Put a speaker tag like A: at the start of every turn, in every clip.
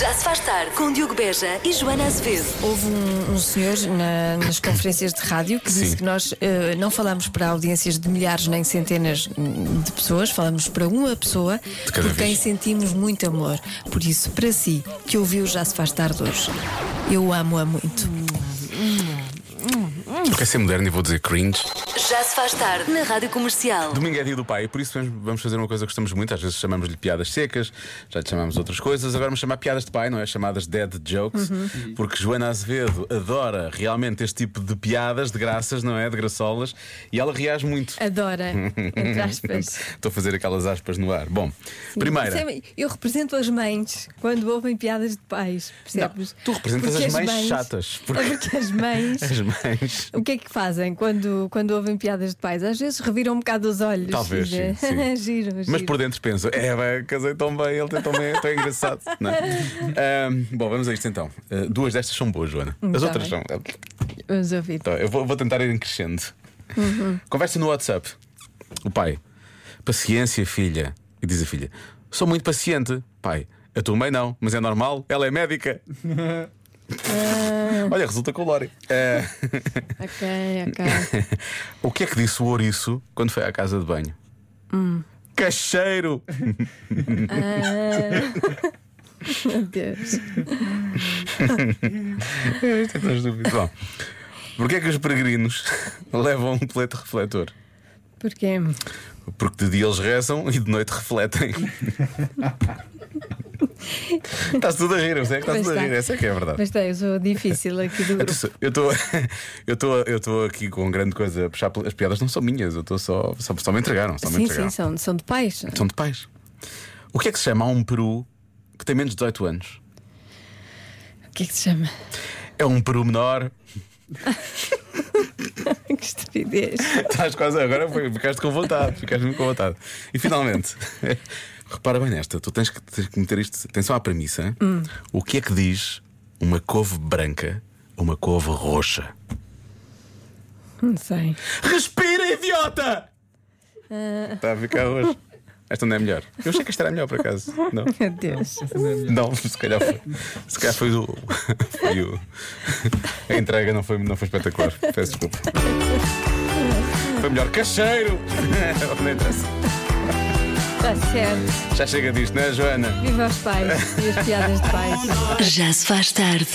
A: Já se faz tarde com Diogo Beja e Joana Azevedo.
B: Houve um, um senhor na- nas conferências de rádio que disse
C: Sim.
B: que nós eh, não falamos para audiências de milhares nem centenas hum, de pessoas, falamos para uma pessoa por
C: cada
B: quem
C: vez.
B: sentimos muito amor. Por isso, para si, que ouviu Já Se Faz Tarde hoje, eu amo-a muito.
C: Porque é ser moderno e vou dizer cringe.
A: Já se faz tarde na Rádio Comercial.
C: Domingo é dia do pai, por isso vamos- vamos fazer uma coisa que gostamos muito. Às vezes chamamos-lhe piadas secas, já lhe chamamos outras coisas. Agora vamos chamar piadas de pai, não é? Chamadas dead jokes.
B: Uhum.
C: Porque Joana Azevedo adora realmente este tipo de piadas, de graças, não é? De graçolas. E ela reage muito.
B: Adora, entre aspas. é
C: Estou a fazer aquelas aspas no ar. Bom, primeira.
B: Eu represento as mães quando ouvem piadas de pais, percebes?
C: tu representas as mães chatas, porque-
B: É porque as mães.
C: As mães.
B: O que é que fazem quando, quando ouvem piadas de pais? Às vezes reviram um bocado os olhos.
C: Talvez,
B: E,
C: sim, sim.
B: giro,
C: Mas
B: giro.
C: por dentro penso, é, vai, casei tão bem, ele tem tão bem, é tão engraçado. Não é? Ahm, bom, vamos a isto então. Ah, duas destas são boas, Joana. As
B: Tá bem.
C: outras são.
B: Vamos ouvir.
C: Então, eu vou, vou tentar ir em crescendo. Conversa no WhatsApp. O pai. Paciência, filha. E diz a filha: Sou muito paciente. Pai. A tua mãe não, mas é normal, ela é médica. Olha, resulta com o Lori. Eh,
B: Ok, ok.
C: o que é que disse o ouriço quando foi à casa de banho? Cacheiro!
B: Ah. Meu Deus.
C: Bom, porquê é que os peregrinos levam um colete refletor?
B: Porquê?
C: Porque de dia eles rezam e de noite refletem. Estás tudo a rir, eu sei que estás
B: Pois
C: tudo a
B: está.
C: rir, essa é que é a verdade.
B: Mas tá, eu sou difícil aqui do grupo.
C: Atenção, Eu estou eu tô, eu tô aqui com grande coisa a puxar pelas- as piadas, não são minhas, eu estou só, só, só me entregaram. Só me
B: Sim,
C: entregaram.
B: sim, são, são de pais.
C: São de pais. O que é que se chama a um peru que tem menos de 18 anos?
B: O que é que se chama?
C: É um peru menor.
B: que estupidez.
C: Estás quase agora, foi- ficaste com vontade, ficaste muito com vontade. E finalmente, repara bem nesta, tu tens que, tens que meter isto. Atenção à premissa. hein? O que é que diz uma couve branca a uma couve roxa?
B: Não sei.
C: Respira, idiota! Está a ficar hoje. Esta não é melhor. Eu achei que esta era melhor por acaso. Não,
B: Meu Deus.
C: não se calhar foi. Se calhar foi o. Foi o a entrega não foi, não foi espetacular. Peço desculpa. Foi melhor. Cacheiro! Não interessa.
B: Está Tá certo.
C: Já chega disto, não é, Joana?
B: Viva os pais e as piadas de pais.
A: Já se faz tarde.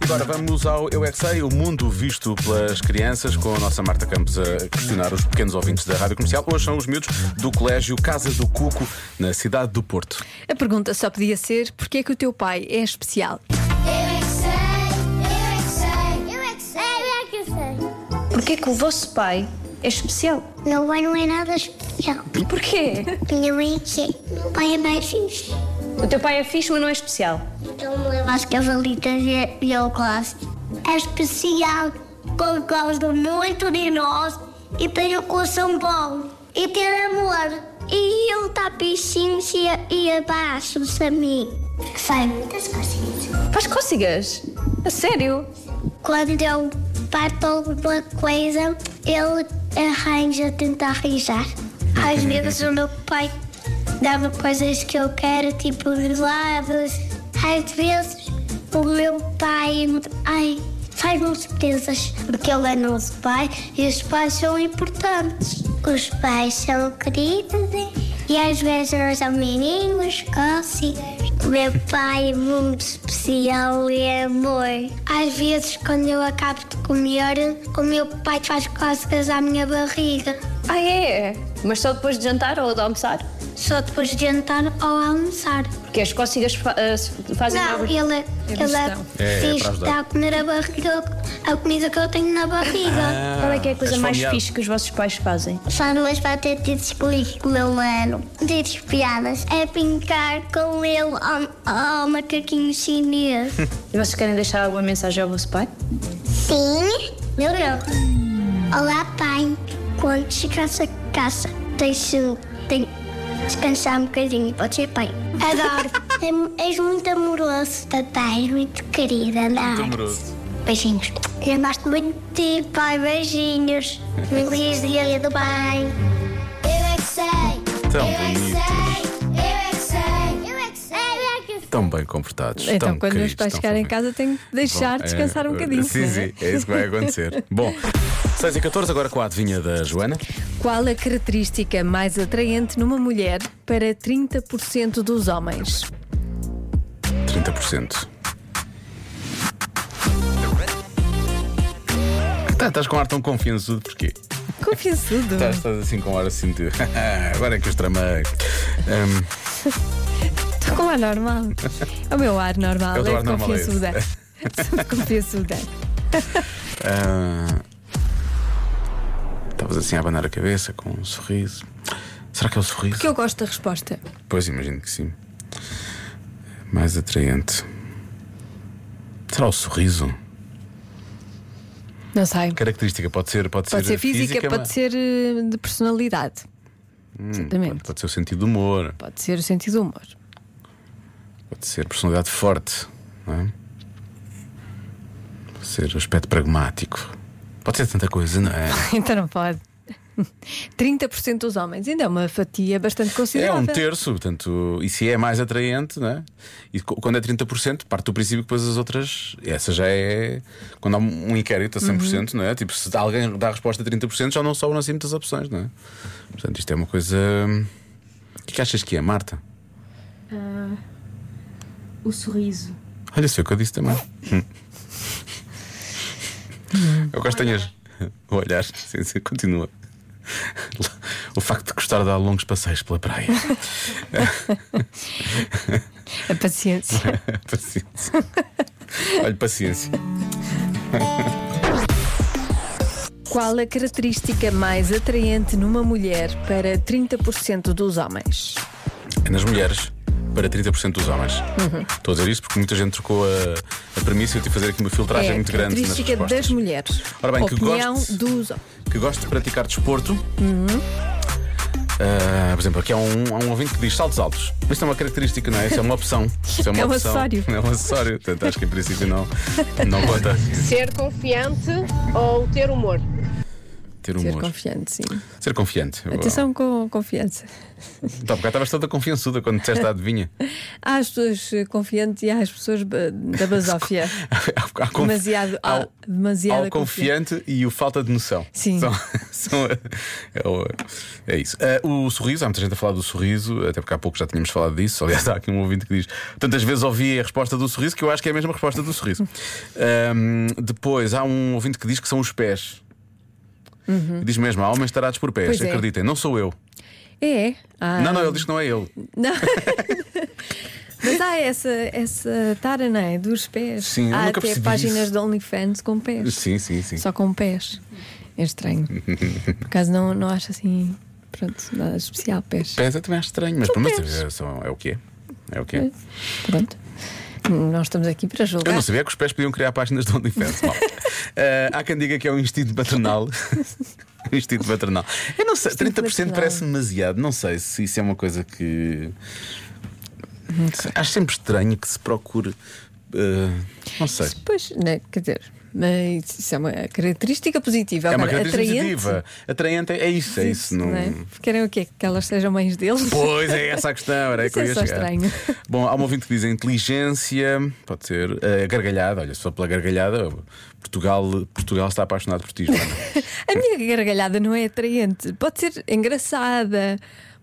C: Agora vamos ao Eu é Que Sei, o mundo visto pelas crianças, com a nossa Marta Campos a questionar os pequenos ouvintes da rádio comercial. Hoje são os miúdos do Colégio Casa do Cuco, na cidade do Porto.
B: A pergunta só podia ser: porquê é que o teu pai é especial?
D: Eu é que sei, eu é que sei, eu é que sei, eu é que sei.
E: Porquê que o vosso pai é especial?
D: Meu pai não é nada especial.
E: Porquê?
D: Minha mãe é que é. Meu pai é mais fixe.
E: O teu pai é fixe, mas não é especial.
D: Então me leva às cavalitas e- e ao clássico. É especial por causa muito de nós e pelo coração bom e pelo amor. E eu tá bichinho e abaixo a mim. Que sai muitas coisinhas.
E: Faz cócegas? A sério?
D: Quando eu bato alguma coisa, ele arranja tentar arranjar. Às vezes o meu pai dava coisas que eu quero, tipo livros. Às vezes o meu pai ai, faz-me surpresas, porque ele é nosso pai e os pais são importantes. Os pais são queridos né? e às vezes nós são meninos, cócegas. Meu pai é muito especial e é amor. Às vezes, quando eu acabo de comer, o meu pai faz cócegas à minha barriga.
E: Ah, é? Mas só depois de jantar ou de almoçar?
D: Só depois de jantar ou almoçar.
E: Porque as cócegas fa- ah, se fazem
D: Não,
E: abrir-
D: ele, ele
B: digestão.
C: É, é para
D: finge que
C: ajudar.
D: está a comer a, barriga, a comida que eu tenho na
C: Ah,
D: barriga.
E: Qual é que é a coisa mais
C: Esfomeado.
E: fixe que os vossos pais fazem?
D: Só duas patentes com o meu mano. Diz piadas. É brincar com ele ao, ao macaquinho chinês.
E: E vocês querem deixar alguma mensagem ao vosso pai?
D: Sim. Meu Deus. Olá, pai. Quando chegasse a casa, deixe de descansar um bocadinho. Pode ser, pai. Adoro. É- És muito amoroso, papai. És muito querida. Adoro.
C: Amoroso.
D: Beijinhos. Gosto muito de ti, pai. Beijinhos. Feliz dia do pai. Eu é que sei.
C: Tão
D: eu é que
C: bonito.
D: sei. Eu é que sei. Eu é que sei. Eu é que sei.
C: tão bem comportados.
B: Então,
C: tão
B: quando
C: queridos,
B: os pais
C: tão
B: chegarem em
C: fofinhos.
B: casa, tenho que deixar
C: Bom, é,
B: descansar um
C: eh,
B: bocadinho.
C: Sim,
B: não é?
C: sim, é isso que vai acontecer. Bom, 6 e 14, agora com a adivinha da Joana.
B: Qual a característica mais atraente numa mulher para 30% dos homens?
C: 30%. Tá, Estás com ar tão confiançudo, porquê?
B: Confiançudo.
C: Estás, estás assim com ar assim de. agora é que os tramei. Hum,
B: Estou com o ar normal. É o meu ar normal,
C: Tá. É o teu
B: é
C: ar
B: de
C: normal, é esse.
B: confiançuda. Sou de confiançuda.
C: ah, Estavas assim a abanar a cabeça com um sorriso. Será que é o sorriso?
B: Que eu gosto da resposta.
C: Pois imagino que sim. Mais atraente. Será o sorriso?
B: Não sei.
C: Característica pode ser, pode
B: Pode ser física,
C: mas-
B: pode ser eh, de personalidade. Exatamente.
C: Hum, pode ser o sentido do humor,
B: Pode ser o sentido do humor.
C: pode ser personalidade forte, não é? Pode ser o aspecto pragmático. Pode ser tanta coisa, não é?
B: Então não pode. 30% dos homens, ainda é uma fatia bastante
C: É
B: considerável.
C: um terço, portanto, e se é mais atraente, não é? E co- quando é 30%, parte do princípio que depois as outras, essa já é. Quando há um inquérito a
E: Uhum.
C: 100%, não é? Tipo, se alguém dá a resposta a 30%, já não sobram assim muitas opções, não é? Portanto, isto é uma coisa. O que é que achas que é, Marta?
E: Ah, O sorriso.
C: Olha, sei o que eu disse também. eu gosto de tenhas. O olhar, sim, sim, continua. O facto de gostar de dar longos passeios pela praia.
B: A paciência.
C: paciência. Olha, paciência.
B: Qual a característica mais atraente numa mulher para 30% dos homens?
C: É nas mulheres para 30% dos homens. Estou a dizer isto porque muita gente trocou a, a premissa e eu tive que fazer aqui uma filtragem
B: é a
C: muito grande. Nas
B: característica
C: respostas.
B: das mulheres.
C: Ora bem, que
B: Opinião
C: goste-
B: dos homens.
C: que gosto de praticar desporto. Ah, por exemplo, aqui há um, há um ouvinte que diz saltos altos. Mas isto é uma característica, não é? Isso é uma opção. Isso
B: É um
C: opção.
B: acessório.
C: É um acessório. Portanto, acho que em princípio não, não conta
F: Ser confiante ou ter humor?
C: ter
B: Ser
C: humor.
B: confiante, sim.
C: Ser confiante.
B: Atenção com confiança.
C: Tá, porque estavas toda confiançuda quando disseste a adivinha.
B: Há as pessoas eh, confiantes e há as pessoas ba- da basófia.
C: Há um- conf-
B: Demasiado- há
C: ao-
B: demasiada
C: ao confiante e o falta de noção.
B: Sim.
C: São- são- é, o- é isso. Ah, o sorriso, há muita gente a falar do sorriso, até porque há pouco já tínhamos falado disso. Aliás, há aqui um ouvinte que diz: Tantas vezes ouvi a resposta do sorriso que eu acho que é a mesma resposta do sorriso. Ahm, depois, há um ouvinte que diz que são os pés. Diz mesmo: há homens tarados por pés,
B: Pois é.
C: acreditem, não sou eu.
B: É. Há...
C: Não, não, ele diz que não é ele.
B: Não. Mas há essa, essa tara, não é? Dos pés.
C: Sim, eu
B: há
C: nunca
B: até
C: percebi
B: páginas
C: isso.
B: de OnlyFans com pés.
C: Sim, sim, sim.
B: Só com pés. É estranho. Por acaso não, não acho assim. Pronto, nada de especial, pés.
C: Pés é também acho estranho, mas pelo menos
B: pés.
C: é, são- é o que é. É o que é.
B: Pronto. Nós estamos aqui para
C: Eu
B: julgar.
C: não sabia que os pés podiam criar páginas de OnlyFans. Bom, eh, há quem diga que é um instinto maternal. um instinto maternal. Eu não sei, 30%
B: maternal.
C: parece demasiado. Não sei se isso é uma coisa que. Acho sempre estranho que se procure. eh, não sei.
B: Pois, né, quer dizer, mas isso é uma característica positiva.
C: É uma
B: Agora,
C: característica
B: atraente,
C: positiva. Atraente é isso, é isso. Não...
B: não é? Querem o quê? Que elas sejam mães deles?
C: Pois é essa a questão, era aí que eu ia
B: Isso é só
C: chegar.
B: estranho.
C: Bom, há um ouvinte que diz a inteligência, pode ser, eh, a gargalhada, olha, se for pela gargalhada, Portugal, Portugal está apaixonado por ti, Joana.
B: A minha gargalhada não é atraente. Pode ser engraçada,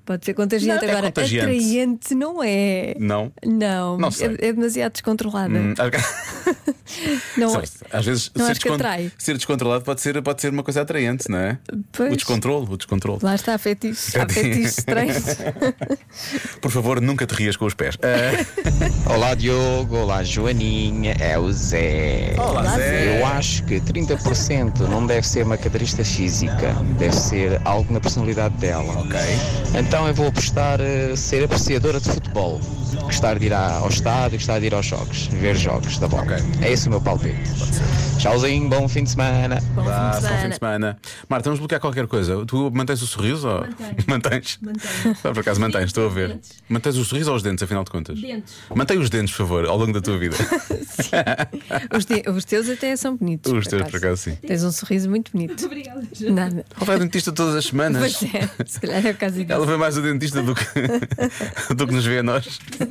B: pode ser contagiante.
C: Não, é
B: Agora,
C: contagiante.
B: atraente não é.
C: Não?
B: Não,
C: Não sei.
B: É, é demasiado descontrolada.
C: Hum,
B: Não
C: Sabe,
B: é.
C: às vezes
B: não
C: ser,
B: Né? acho que atrai.
C: ser descontrolado pode ser, pode ser uma coisa atraente, não é?
B: Pois.
C: O descontrole, o descontrole.
B: Lá está, há fetiches, há
C: Fetiche.
B: fetiches estranhos.
C: Por favor, nunca te rias com os pés. Ah,
G: Olá Diogo, olá Joaninha, é o Zé.
C: Olá, Zé.
G: Eu acho que 30% não deve ser uma característica física, deve ser algo na personalidade dela. Ok. Então eu vou apostar eh, ser apreciadora de futebol, tá gostar de ir à- ao estádio, gostar de ir aos jogos, ver jogos da bola. É esse o meu palpite. Tchauzinho, bom fim de semana.
B: Bom
C: Vá,
B: fim de
C: só um fim
B: semana.
C: de semana. Marta, vamos bloquear qualquer coisa. Tu mantens o sorriso ou. Mantens? Mantens. Por acaso mantens, estou a ver. Mantens o sorriso ou os dentes, afinal de contas? Dentes. Mantém os dentes, por favor, ao longo da tua vida.
B: Os, te- os teus até são bonitos.
C: Os teus, por acaso, sim.
B: Tens um sorriso muito bonito. Obrigada. Nada.
C: Ela vai ao dentista todas as semanas.
B: Pois é, se calhar é o caso disso.
C: Ela vê mais o dentista do que, do que nos vê a nós.
B: é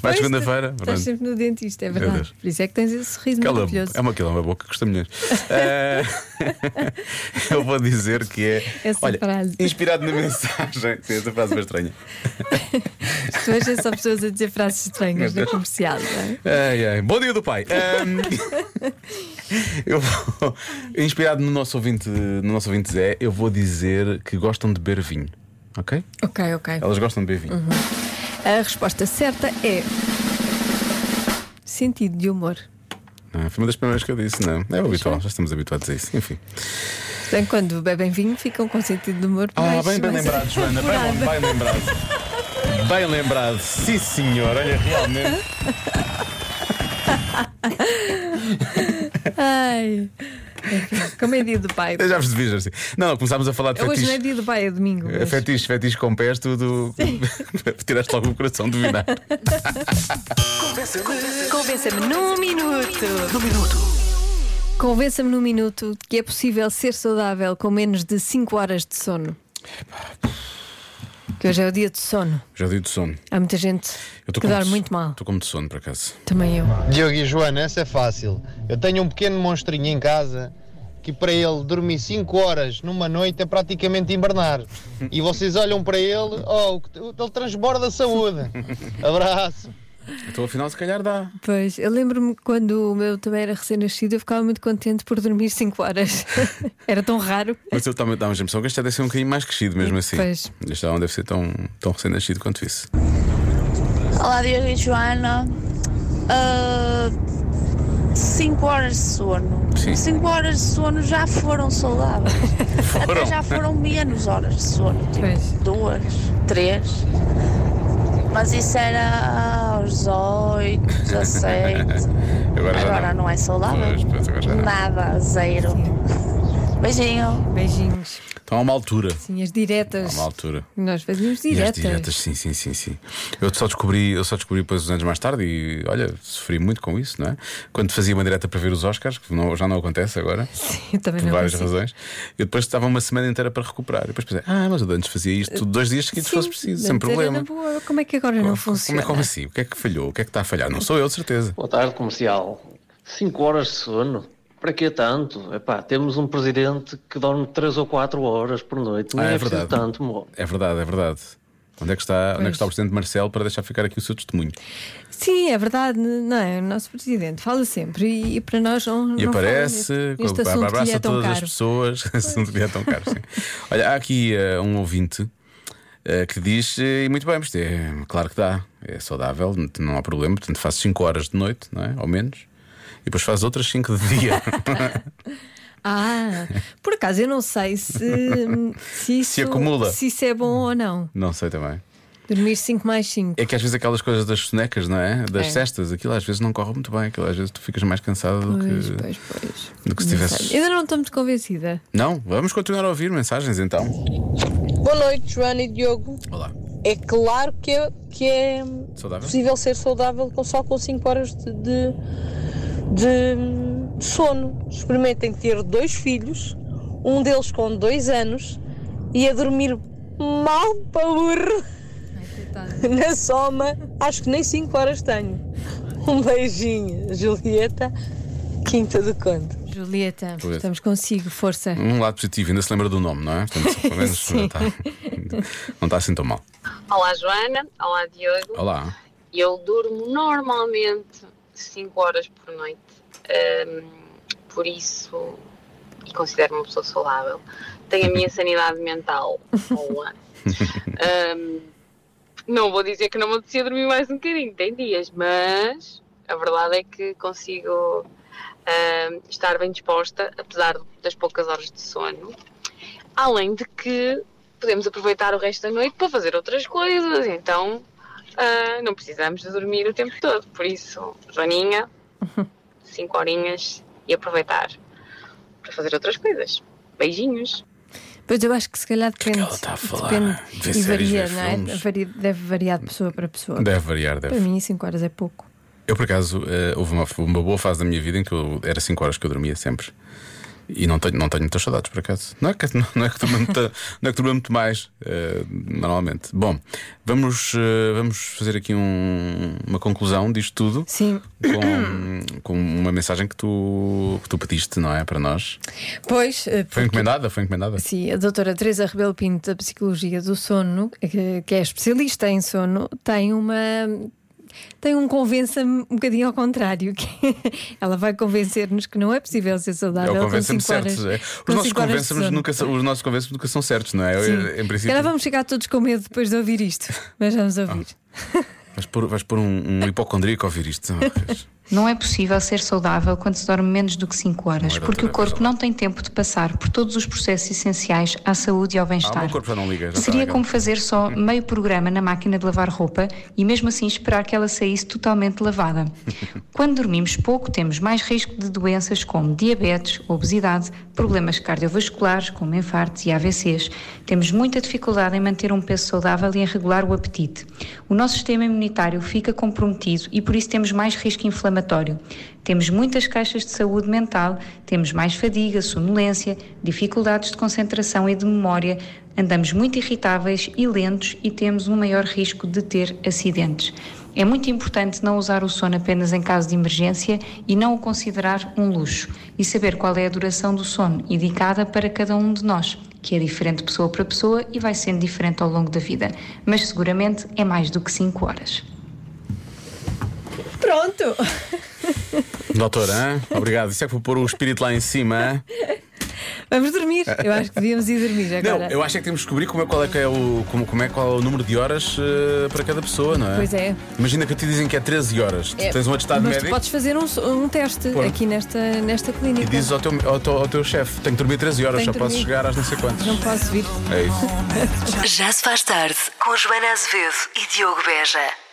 C: Vai segunda-feira.
B: Estás
C: pronto.
B: sempre no dentista, é
C: Deus.
B: verdade. Por isso é que tens esse sorriso
C: Aquela,
B: maravilhoso.
C: é uma quilomba boa que custa milhões. Eh, eu vou dizer que é.
B: Essa
C: olha,
B: frase.
C: inspirado na mensagem. Sim, essa frase foi estranha.
B: Tu hoje é só pessoas a dizer frases estranhas na
C: um Meu Deus.
B: comercial, não é?
C: Ai, ai. Bom dia do pai. Ahm, eu vou, inspirado no nosso ouvinte, no nosso ouvinte Zé, eu vou dizer que gostam de beber vinho. Ok?
B: Ok, ok.
C: Elas gostam de beber vinho.
B: A resposta certa é. Sentido de humor.
C: Ah, foi uma das primeiras que eu disse, não. É o habitual, já estamos habituados a isso. Enfim.
B: Portanto, quando bebem vinho, ficam com sentido de humor.
C: Ah,
B: mais-
C: bem, bem
B: mais-
C: lembrado, Joana. Bem, bem lembrado. Bem lembrado, sim senhor, olha realmente.
B: Ai. Enfim, Como é dia do pai?
C: Eu já vos devia assim. Não, começámos a falar de
B: Hoje não é
C: fetiches.
B: dia do pai, é domingo.
C: É
B: mas-
C: Fetiches, fetiches com pés, tudo. Tiraste logo o coração de virar.
B: Convença-me num minuto. Num minuto. Convença-me num minuto que é possível ser saudável com menos de 5 horas de sono. Que hoje é o dia de sono.
C: Já dei de sono.
B: Há muita gente
C: Eu
B: que dorme muito mal.
C: Estou com muito sono, por acaso.
B: Também eu.
H: Diogo e Joana, essa é fácil. Eu tenho um pequeno monstrinho em casa que para ele dormir 5 horas numa noite é praticamente hibernar. E vocês olham para ele, oh, o que- ele transborda saúde. Abraço.
C: Então, afinal, se calhar dá.
B: Pois, eu lembro-me quando o meu também era recém-nascido, eu ficava muito contente por dormir 5 horas. era tão raro.
C: Mas eu também dá uma impressão que este deve ser um bocadinho mais crescido, mesmo assim.
B: Pois.
C: Este não deve ser tão, tão recém-nascido quanto isso.
I: Olá, Diogo e Joana. Ah, 5 horas de sono.
C: Sim.
I: 5 horas de sono já foram saudáveis.
C: Foram.
I: Até já foram menos horas de sono. Tipo,
B: Pois.
I: duas, três. Mas isso era aos 18, 17.
C: Agora,
I: Agora não é saudável.
C: Pois, pois, agora já não.
I: Nada, zero. Beijinho.
B: Beijinhos.
C: Então, há uma altura.
B: Sim, as
C: Há
B: diretas.
C: uma altura.
B: Nós fazíamos
C: E as
B: diretas.
C: diretas, sim, sim, sim, sim. Eu só descobri, eu só descobri depois uns anos mais tarde e olha, sofri muito com isso, não é? Quando fazia uma direta para ver os Oscars, que não- já não acontece agora,
B: Sim, eu também
C: por
B: não
C: várias
B: consigo.
C: razões, eu depois estava uma semana inteira para recuperar. E depois pensei, ah, mas eu antes fazia isto tudo dois dias seguidos se
B: Sim,
C: fosse preciso, sem
B: antes era
C: problema.
B: na boa. Como é que agora não funciona?
C: Como é como assim? O que é que falhou? O que é que está a falhar? Não sou eu, de certeza.
J: Boa tarde, comercial. 5 horas de sono? Para que tanto? Epá, temos um presidente que dorme 3 ou 4 horas por noite. Não
C: Ah, é
J: é, preciso
C: verdade.
J: tanto, mo.
C: É verdade, é verdade. Onde é que está, onde é que está o presidente Marcelo para deixar ficar aqui o seu testemunho?
B: Sim, é verdade, não é? O nosso presidente fala sempre e, e para nós não.
C: E
B: não fala
C: aparece,
B: neste- neste assunto que lhe
C: abraça
B: é tão
C: todas as
B: caro.
C: pessoas. Assunto que lhe é tão caro, sim. Olha, há aqui eh, um ouvinte eh, que diz, eh, e muito bem, mas é, claro que dá, é saudável, n- não há problema, portanto faz 5 horas de noite, não é? Ao menos. E depois faz outras 5 de dia.
B: Ah, por acaso eu não sei se, se isso,
C: Se acumula.
B: Se isso é bom ou não.
C: não sei também.
B: Dormir 5 mais 5.
C: É que às vezes aquelas coisas das sonecas, não é? Das
B: É.
C: cestas, aquilo às vezes não corre muito bem, aquilo às vezes tu ficas mais cansado do
B: Pois,
C: que.
B: pois, pois.
C: do que se
B: Não
C: tivesses-
B: sei. Ainda não estou muito convencida.
C: Não, vamos continuar a ouvir mensagens então.
F: Boa noite, Joana e Diogo.
C: Olá.
F: É claro que é, que é
C: Saudável?
F: possível ser saudável com- só com 5 horas de, de, de sono. Experimentem ter dois filhos, um deles com 2 anos, e a dormir mal para burro. Na soma, acho que nem 5 horas tenho. Um beijinho, Julieta, Quinta do Conde.
B: Julieta,
C: Julieta.
B: estamos consigo, força.
C: Um lado positivo, ainda se lembra do nome, não é? Portanto, pelo menos
B: Sim.
C: tá- não está assim tão mal.
K: Olá, Joana. Olá, Diogo.
C: Olá.
K: Eu durmo normalmente 5 horas por noite, Ahm, por isso, e considero-me uma pessoa saudável. Tenho a minha sanidade mental ao ano. Ahm, não vou dizer que não me apetecia dormir mais um bocadinho, tem dias, mas a verdade é que consigo ahm, estar bem disposta, apesar das poucas horas de sono. Além de que podemos aproveitar o resto da noite para fazer outras coisas, então ah, não precisamos de dormir o tempo todo. Por isso, Joaninha, 5 horinhas e aproveitar para fazer outras coisas. Beijinhos.
B: Pois eu acho que se calhar depende.
C: ela está a falar? Vê
B: Depende. E
C: séries,
B: varia,
C: vê
B: não é?
C: filmes.
B: Varia- deve variar de pessoa para pessoa.
C: Deve variar, deve.
B: Para mim, 5 horas é pouco.
C: Eu, por acaso, eh, houve uma, uma boa fase da minha vida em que eu, era 5 horas que eu dormia sempre. E não tenho, não tenho muitas saudades, por acaso. Não é que, não, não é que durma muito, não é que durma muito mais, eh, normalmente. Bom, vamos, eh, vamos fazer aqui um- uma conclusão disto tudo.
B: Sim.
C: Com, com uma mensagem que tu, que tu pediste, não é? Para nós.
B: Pois, eh,
C: Foi encomendada? Foi encomendada?
B: Sim, a doutora Teresa Rebelo Pinto da Psicologia do Sono, que, que é especialista em sono, tem uma tem um convença-me um bocadinho ao contrário, que ela vai convencer-nos que não é possível ser
C: É
B: saudável
C: o
B: com
C: convença-me
B: 5
C: certo.
B: horas.
C: é.
B: com
C: Os nossos
B: cinco horas de
C: convença-me
B: sono.
C: nunca, são- os nossos convença nunca são certos, não é? Eu,
B: Sim.
C: Em
B: Se
C: princípio.
B: calhar vamos chegar todos com medo depois de ouvir isto, mas vamos ouvir.
C: Vais pôr, vais pôr um,
B: É.
C: um hipocondríaco a ouvir isto.
L: Não é possível ser saudável quando se dorme menos do que 5 horas,
C: Não é, era
L: porque o
C: outra coisa
L: corpo não tem tempo de passar por todos os processos essenciais à saúde e
C: Ah,
L: ao
C: o meu
L: bem-estar.
C: corpo já não liga. já está
L: Seria
C: naquela-
L: como fazer só meio programa na máquina de lavar roupa e mesmo assim esperar que ela saísse totalmente lavada. Quando dormimos pouco, temos mais risco de doenças como diabetes, obesidade, problemas cardiovasculares, como infartos e AVCs. Temos muita dificuldade em manter um peso saudável e em regular o apetite. O nosso sistema imunitário fica comprometido e por isso temos mais risco inflamatório. Temos muitas caixas de saúde mental, temos mais fadiga, sonolência, dificuldades de concentração e de memória, andamos muito irritáveis e lentos e temos um maior risco de ter acidentes. É muito importante não usar o sono apenas em caso de emergência e não o considerar um luxo, e saber qual é a duração do sono indicada para cada um de nós, que é diferente pessoa para pessoa e vai sendo diferente ao longo da vida, mas seguramente é mais do que 5 horas.
B: Pronto!
C: Doutora, hã? obrigado. Isso é que vou pôr o espírito lá em cima. hã?
B: Vamos dormir. Eu acho que devíamos ir dormir
C: Não,
B: agora.
C: eu acho é que temos que descobrir como é, qual é, que é o, como, como é qual é o número de horas eh, para cada pessoa, não é?
B: Pois é.
C: Imagina que te dizem que é 13 horas. Tu
B: É,
C: tens um atestado
B: mas tu
C: médico
B: podes fazer um, so- um teste
C: Pô.
B: aqui nesta, nesta
C: e
B: clínica.
C: dizes ao teu, ao teu, ao teu chefe: tenho que dormir 13 horas,
B: Tenho
C: só
B: que
C: posso
B: dormir.
C: chegar às não sei quantas.
B: Não posso vir.
C: É isso.
A: Já se faz tarde com Joana Azevedo e Diogo Beja.